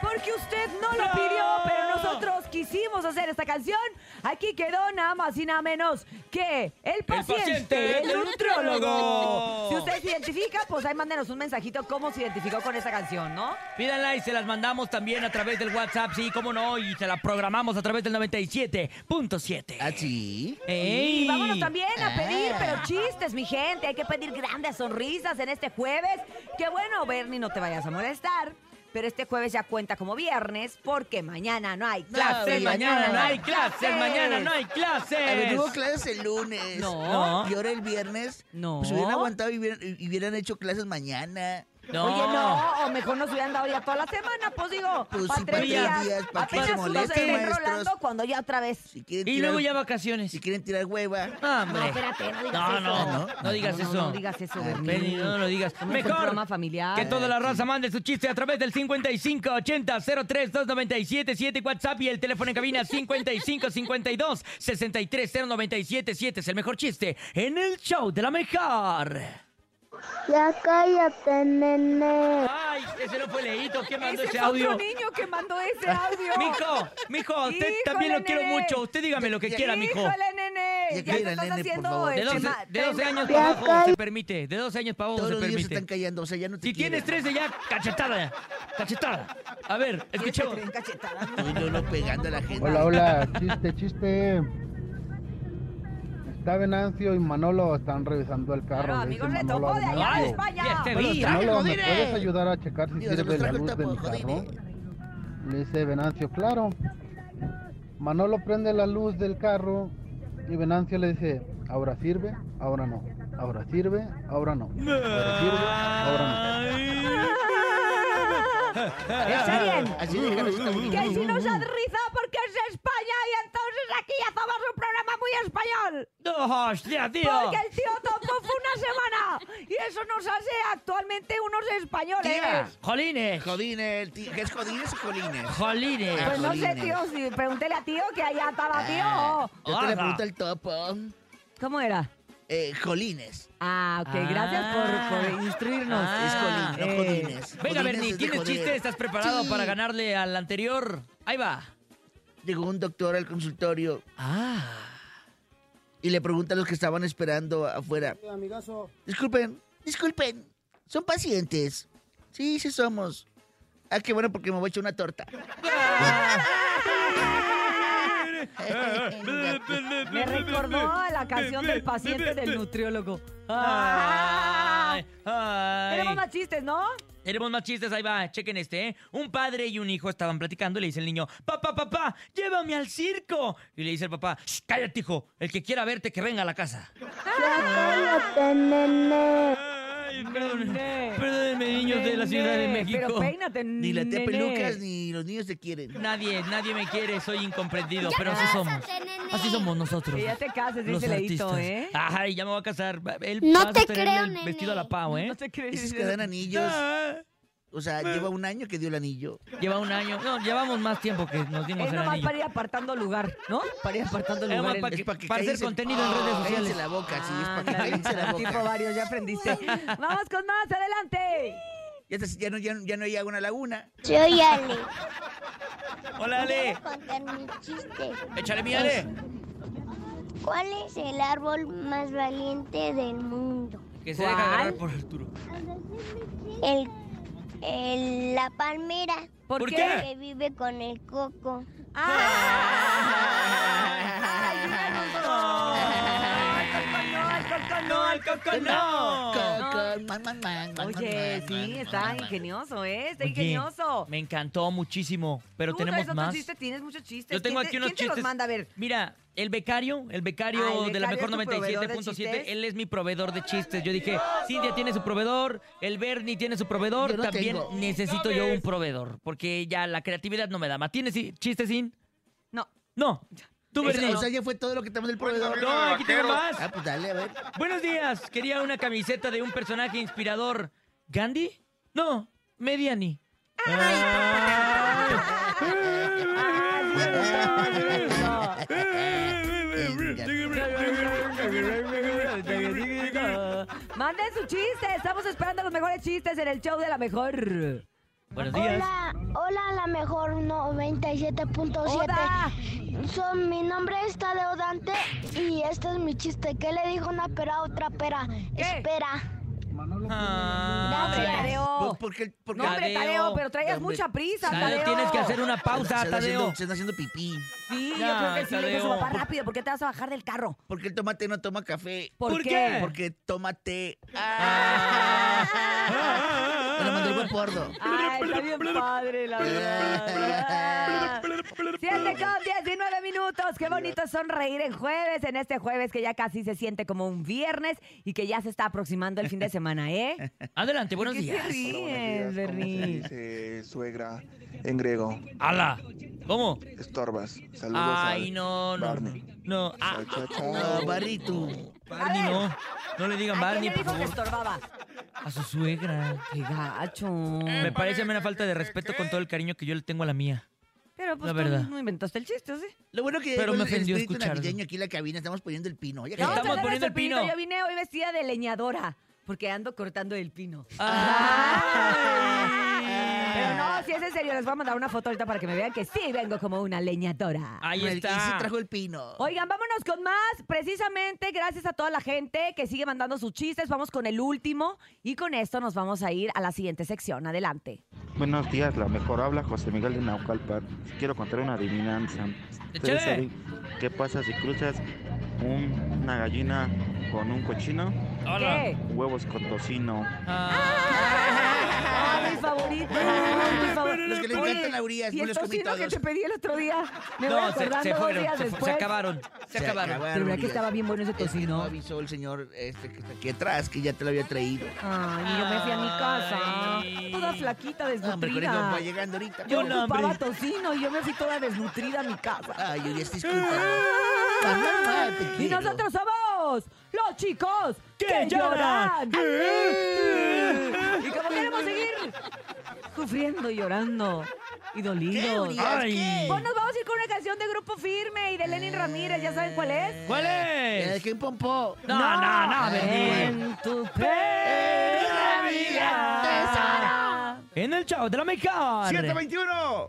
porque usted no lo pidió, pero nosotros quisimos hacer esta canción. Aquí quedó nada más y nada menos que el paciente, paciente el del nutrólogo. nutrólogo. Si usted se identifica, pues ahí mándenos un mensajito cómo se identificó con esta canción, ¿no? Pídanla y se las mandamos también a través del WhatsApp, sí, cómo no, y se la programamos a través del 97.7. ¿Así? ¡Ey! Y vámonos también a pedir, Ah. pero chistes, mi gente. Hay que pedir grandes sonrisas en este jueves. Qué bueno, Bernie, no te vayas a molestar. Pero este jueves ya cuenta como viernes porque mañana no hay clases. Clases, mañana no hay clases, mañana no hay A ver, clases. hubo clases el lunes. No. Y ahora el viernes. No. Pues hubieran aguantado y hubieran, y hubieran hecho clases mañana. No. Oye, no, o mejor nos hubieran dado ya toda la semana, pues digo, Pues sí, para tres pa' tres días. días, pa' que apenas se uno molesten, estén maestros. rolando cuando ya otra vez. Si quieren Y tirar, luego ya vacaciones. Si quieren tirar hueva. No, hombre. No, espérate, no digas no, eso. No, Ah, no, digas No, no, eso. no digas eso, Bernie. Bernie, no lo digas. Estamos en un programa Mejor familiar. que toda la raza mande su chiste a través del 5580-032977 WhatsApp y el teléfono en cabina 5552-630977. Es el mejor chiste en el show de la mejor. Ya cállate, nene. Ay, ese no fue Leito. ¿Quién mandó Ese ese es otro audio? niño que mandó ese audio. Mijo, mijo, a usted Híjole, también lo quiero nene. mucho. Usted dígame lo que Ya- quiera, mijo. Híjole, nene. Ya Ya te cállate, estás nene, por haciendo favor. De el 12, tema- de 12 años Ya para abajo se cállate. permite. De 12 años para abajo Todos se los niños se permite. están callando. O sea, ya no te Si tienes quieren. 13 ya, cachetada. Cachetada. A ver, escuchemos. Tren cachetada. Uy, no, no, pegando a la gente. Hola, hola, chiste, chiste. Está Venancio y Manolo están revisando el carro. Claro, Le dice amigos, le Manolo a tocó de allá de Ay, este- Venancio, España. ya te Bueno, vi. tra- Manolo, ¿me Jodire. puedes ayudar a checar si Digo, se sirve nos la trajo el luz de mi tapo, carro? jodire. Le dice Venancio, claro. Manolo prende la luz del carro y Venancio le dice, ahora sirve, ahora no. Ahora sirve, ahora no. Ahora sirve, ahora Está bien. Así déjalo, así está bonito. Que si nos han rizado porque es de España y entonces aquí hacemos un programa muy español. No, hostia, tío. Porque el tío Topo fue una semana y eso nos hace actualmente unos españoles. Tía, Jolines. Jodines, ti- ¿es Jodines o Jolines? Jolines. Ah, Pues no sé, jolines. tío, si pregúntele a tío que allá estaba Ah, tío. Yo te le Ajá. pregunto al topo. ¿Cómo era? Eh, Jolines. Ah, ok, gracias por, por instruirnos. Ah. es Jolín, no Jodines. Venga, Jodines es Bernie, de ¿tienes joder. chiste? ¿Estás preparado Sí. para ganarle al anterior? Ahí va. Llegó un doctor al consultorio Ah. y le pregunta a los que estaban esperando afuera. no. Amigazo. Disculpen, disculpen. ¿Son pacientes? Sí, sí somos. Ah, qué bueno porque me voy a echar una torta. Me recordó a la canción del paciente del nutriólogo. Ah. Ay, Ah. ay. Tenemos más chistes, ¿no? Tenemos más chistes, ahí va, chequen este, ¿eh? Un padre y un hijo estaban platicando y le dice el niño, papá, papá, llévame al circo. Y le dice el papá, "Shh, cállate, hijo, el que quiera verte, que venga a la casa. Ya cállate, nene. Ay, perdón, Nene. perdónenme, niños de la Ciudad de Nene, Pero México. peínate, Ni la tía nene. pelucas ni los niños te quieren. Nadie, nadie me quiere, soy incomprendido, pero así somos. Así somos nosotros. Que ya te cases, Los dice Leito, artistas. ¿eh? Ay, ya me voy a casar. Él No vas a te tenerle creo, el nene. Vestido a la pavo, ¿eh? No te crees. Esos que dan anillos. Ah, O sea, lleva un año que dio el anillo. Lleva un año. No, llevamos más tiempo que nos dimos Es el nomás anillo. para ir apartando lugar, ¿no? Para ir apartando Es lugar. más para Es que- para que para hacer cállense- contenido en redes Cállense sociales. la boca, sí, es para que Ándale, cállense la Tipo boca. varios, ya aprendiste. Vamos con más, adelante. Ya, está- ya no, ya, no- ya no hay agua en la laguna. Soy Ale. Hola, Ale. Voy a contar mi chiste. Échale mi Ale. ¿Cuál es el árbol más valiente del mundo? Que se deja ¿Cuál? agarrar por Arturo. El, el- la palmera ¿Por, ¿Por qué? que vive con el coco. Ah. No, al coco no. Con- con- man, man, man, man, Oye, man, man, sí, man, está man, man. ingenioso, ¿eh? Está Oye, ingenioso. Me encantó muchísimo, pero Tú tenemos traes otro más. chiste, tienes muchos chistes. Yo tengo ¿Quién te- aquí unos ¿quién te chistes. los manda a ver? Mira, el becario, el becario, Ah, el de la becario mejor es tu proveedor de 97.7, chistes. él es mi proveedor de chistes. Yo dije, Cintia tiene su proveedor, el Bernie tiene su proveedor, Yo no también tengo. necesito yo un proveedor, porque ya la creatividad no me da más. ¿Tienes i- chistes, Sin? No. No. Tú, O sea, Bernie. o sea, ya fue todo lo que tenemos del proveedor. No, aquí tengo más. Ah, pues dale, a ver. Buenos días. Quería una camiseta de un personaje inspirador. ¿Gandhi? No, Mediani. Manden su chiste, estamos esperando los mejores chistes en el show de la mejor. Buenos días. Hola, hola, la mejor 97.7. ¡Oda! So, mi nombre es Tadeo Dante y este es mi chiste. ¿Qué le dijo una pera a otra pera? ¿Qué? Espera. Manolo No, Ah, hombre, Gracias. Tadeo. Pues, ¿por qué- por qué- No, hombre, Tadeo. Tadeo, pero traías Hombre, mucha prisa, Tadeo, Tadeo. tienes que hacer una pausa, se está Tadeo. haciendo- Se está haciendo pipí. Sí, yo Ya, creo que sí le dijo a su Tadeo. papá rápido. ¿Por qué te vas a bajar del carro? ¿Por qué el tomate no toma café? ¿Por, ¿Por qué? Porque tómate. Ah. Me lo mandó el buen pordo. Ay, está bien padre, la verdad. 7 con 19 minutos. Qué bonito es sonreír en jueves, en este jueves que ya casi se siente como un viernes y que ya se está aproximando el fin de semana, ¿eh? Adelante, buenos ¿Qué te días. Hola, buenos ríes, días. ¿Cómo se Bernie? dice suegra en griego? ¡Hala! ¿Cómo? Estorbas. Saludos Ay, al no, no. Barney. No, ah, Chao, chao, chao. No, barrito. Barney, A ver. no. No le digan ¿A quién Barney, le por dijo que favor. estorbaba? A su suegra. Qué gacho. Me parece una falta de respeto con todo el cariño que yo le tengo a la mía. Pero pues La verdad. tú no inventaste el chiste, ¿o ¿sí? Lo bueno que Pero llegó me el- ofendió el espíritu escucharlo. navideño aquí en la cabina. Estamos poniendo el pino. Ya que No, Estamos perdón, poniendo el Pepito, pino. Yo vine hoy vestida de leñadora porque ando cortando el pino. Pero no, si es en serio, les voy a mandar una foto ahorita para que me vean que sí vengo como una leñadora. Ahí el- Y se está. trajo el pino. Oigan, vámonos con más. Precisamente gracias a toda la gente que sigue mandando sus chistes. Vamos con el último y con esto nos vamos a ir a la siguiente sección. Adelante. Buenos días, la mejor habla José Miguel de Naucalpan. Quiero contar una adivinanza. Échale. ¿Ustedes saben qué pasa si cruzas un- una gallina con un cochino? Hola. ¿Qué? Huevos con tocino. Ah, mi favorito. mi favorito. Los que le encantan la Urias, Y me el los comí tocino que todos. te pedí el otro día. Me voy No, se, acordando se dos fueron. días Se, fu- después. se acabaron. Se, Se acabaron. De verdad que Urias. estaba bien bueno ese Es que no tocino. avisó el señor este que está aquí atrás, que ya te lo había traído. Ay, yo me fui a mi Ay. casa. Toda flaquita, No, hombre, con eso va desnutrida. llegando ahorita. Yo Yo no, ocupaba hombre. tocino y yo me fui toda desnutrida a mi casa. Ay, Urias, disculpa. Mamá, te Y quiero. nosotros somos los chicos que lloran. Y como queremos seguir sufriendo y llorando y ¿Qué, dolidos. Urias? Ay. ¿Qué? Pues nos vamos a ir con una canción de Grupo Firme y de Lenin Ramírez, ¿ya saben cuál es? ¿Cuál Te es? dejé un Eh, pompó. No, no, no, Bernie. En tu perra vida, vida. En el chavo de la mexicana. 721.